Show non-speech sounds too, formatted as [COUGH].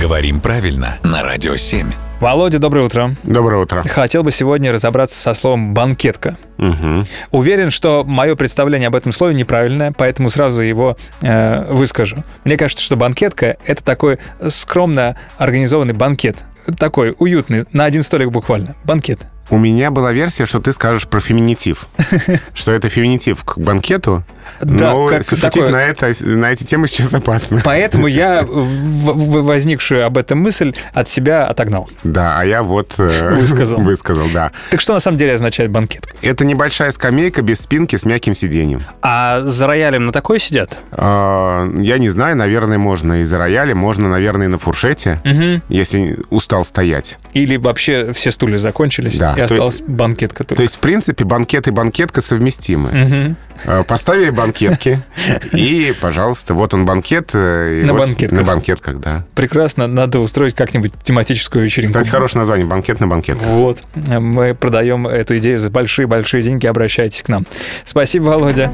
Говорим правильно на Радио 7. Володя, доброе утро. Доброе утро. Хотел бы сегодня разобраться со словом «банкетка». Уверен, что мое представление об этом слове неправильное, поэтому сразу его э, выскажу. Мне кажется, что банкетка — это такой скромно организованный банкет. Такой уютный, на один столик буквально. Банкет. У меня была версия, что ты скажешь про [LAUGHS] феминитив. Что это феминитив к банкету. Да, но как шутить такое. Ну, на, это, на эти темы сейчас опасно. Поэтому я в- в- возникшую об этом мысль от себя отогнал. Да, а я вот... э, Высказал. [LAUGHS] Высказал, да. Так что на самом деле означает банкетка? Это небольшая скамейка без спинки с мягким сиденьем. А за роялем на такой сидят? А, Я не знаю, наверное, можно и за роялем, можно, наверное, и на фуршете, если устал стоять. Или вообще все стулья закончились, Да, и то- осталась банкетка То только. есть, в принципе, банкет и банкетка совместимы. Мгм. Э, Поставили банкетки, [LAUGHS] и, пожалуйста, вот он банкет. э, и На вот с- банкетках. На банкетках, да. Прекрасно, надо устроить как-нибудь тематическую вечеринку. Кстати, хорошее название, банкет на банкет. Вот, мы продаем эту идею за большие-большие деньги, обращайтесь к нам. Спасибо, Володя.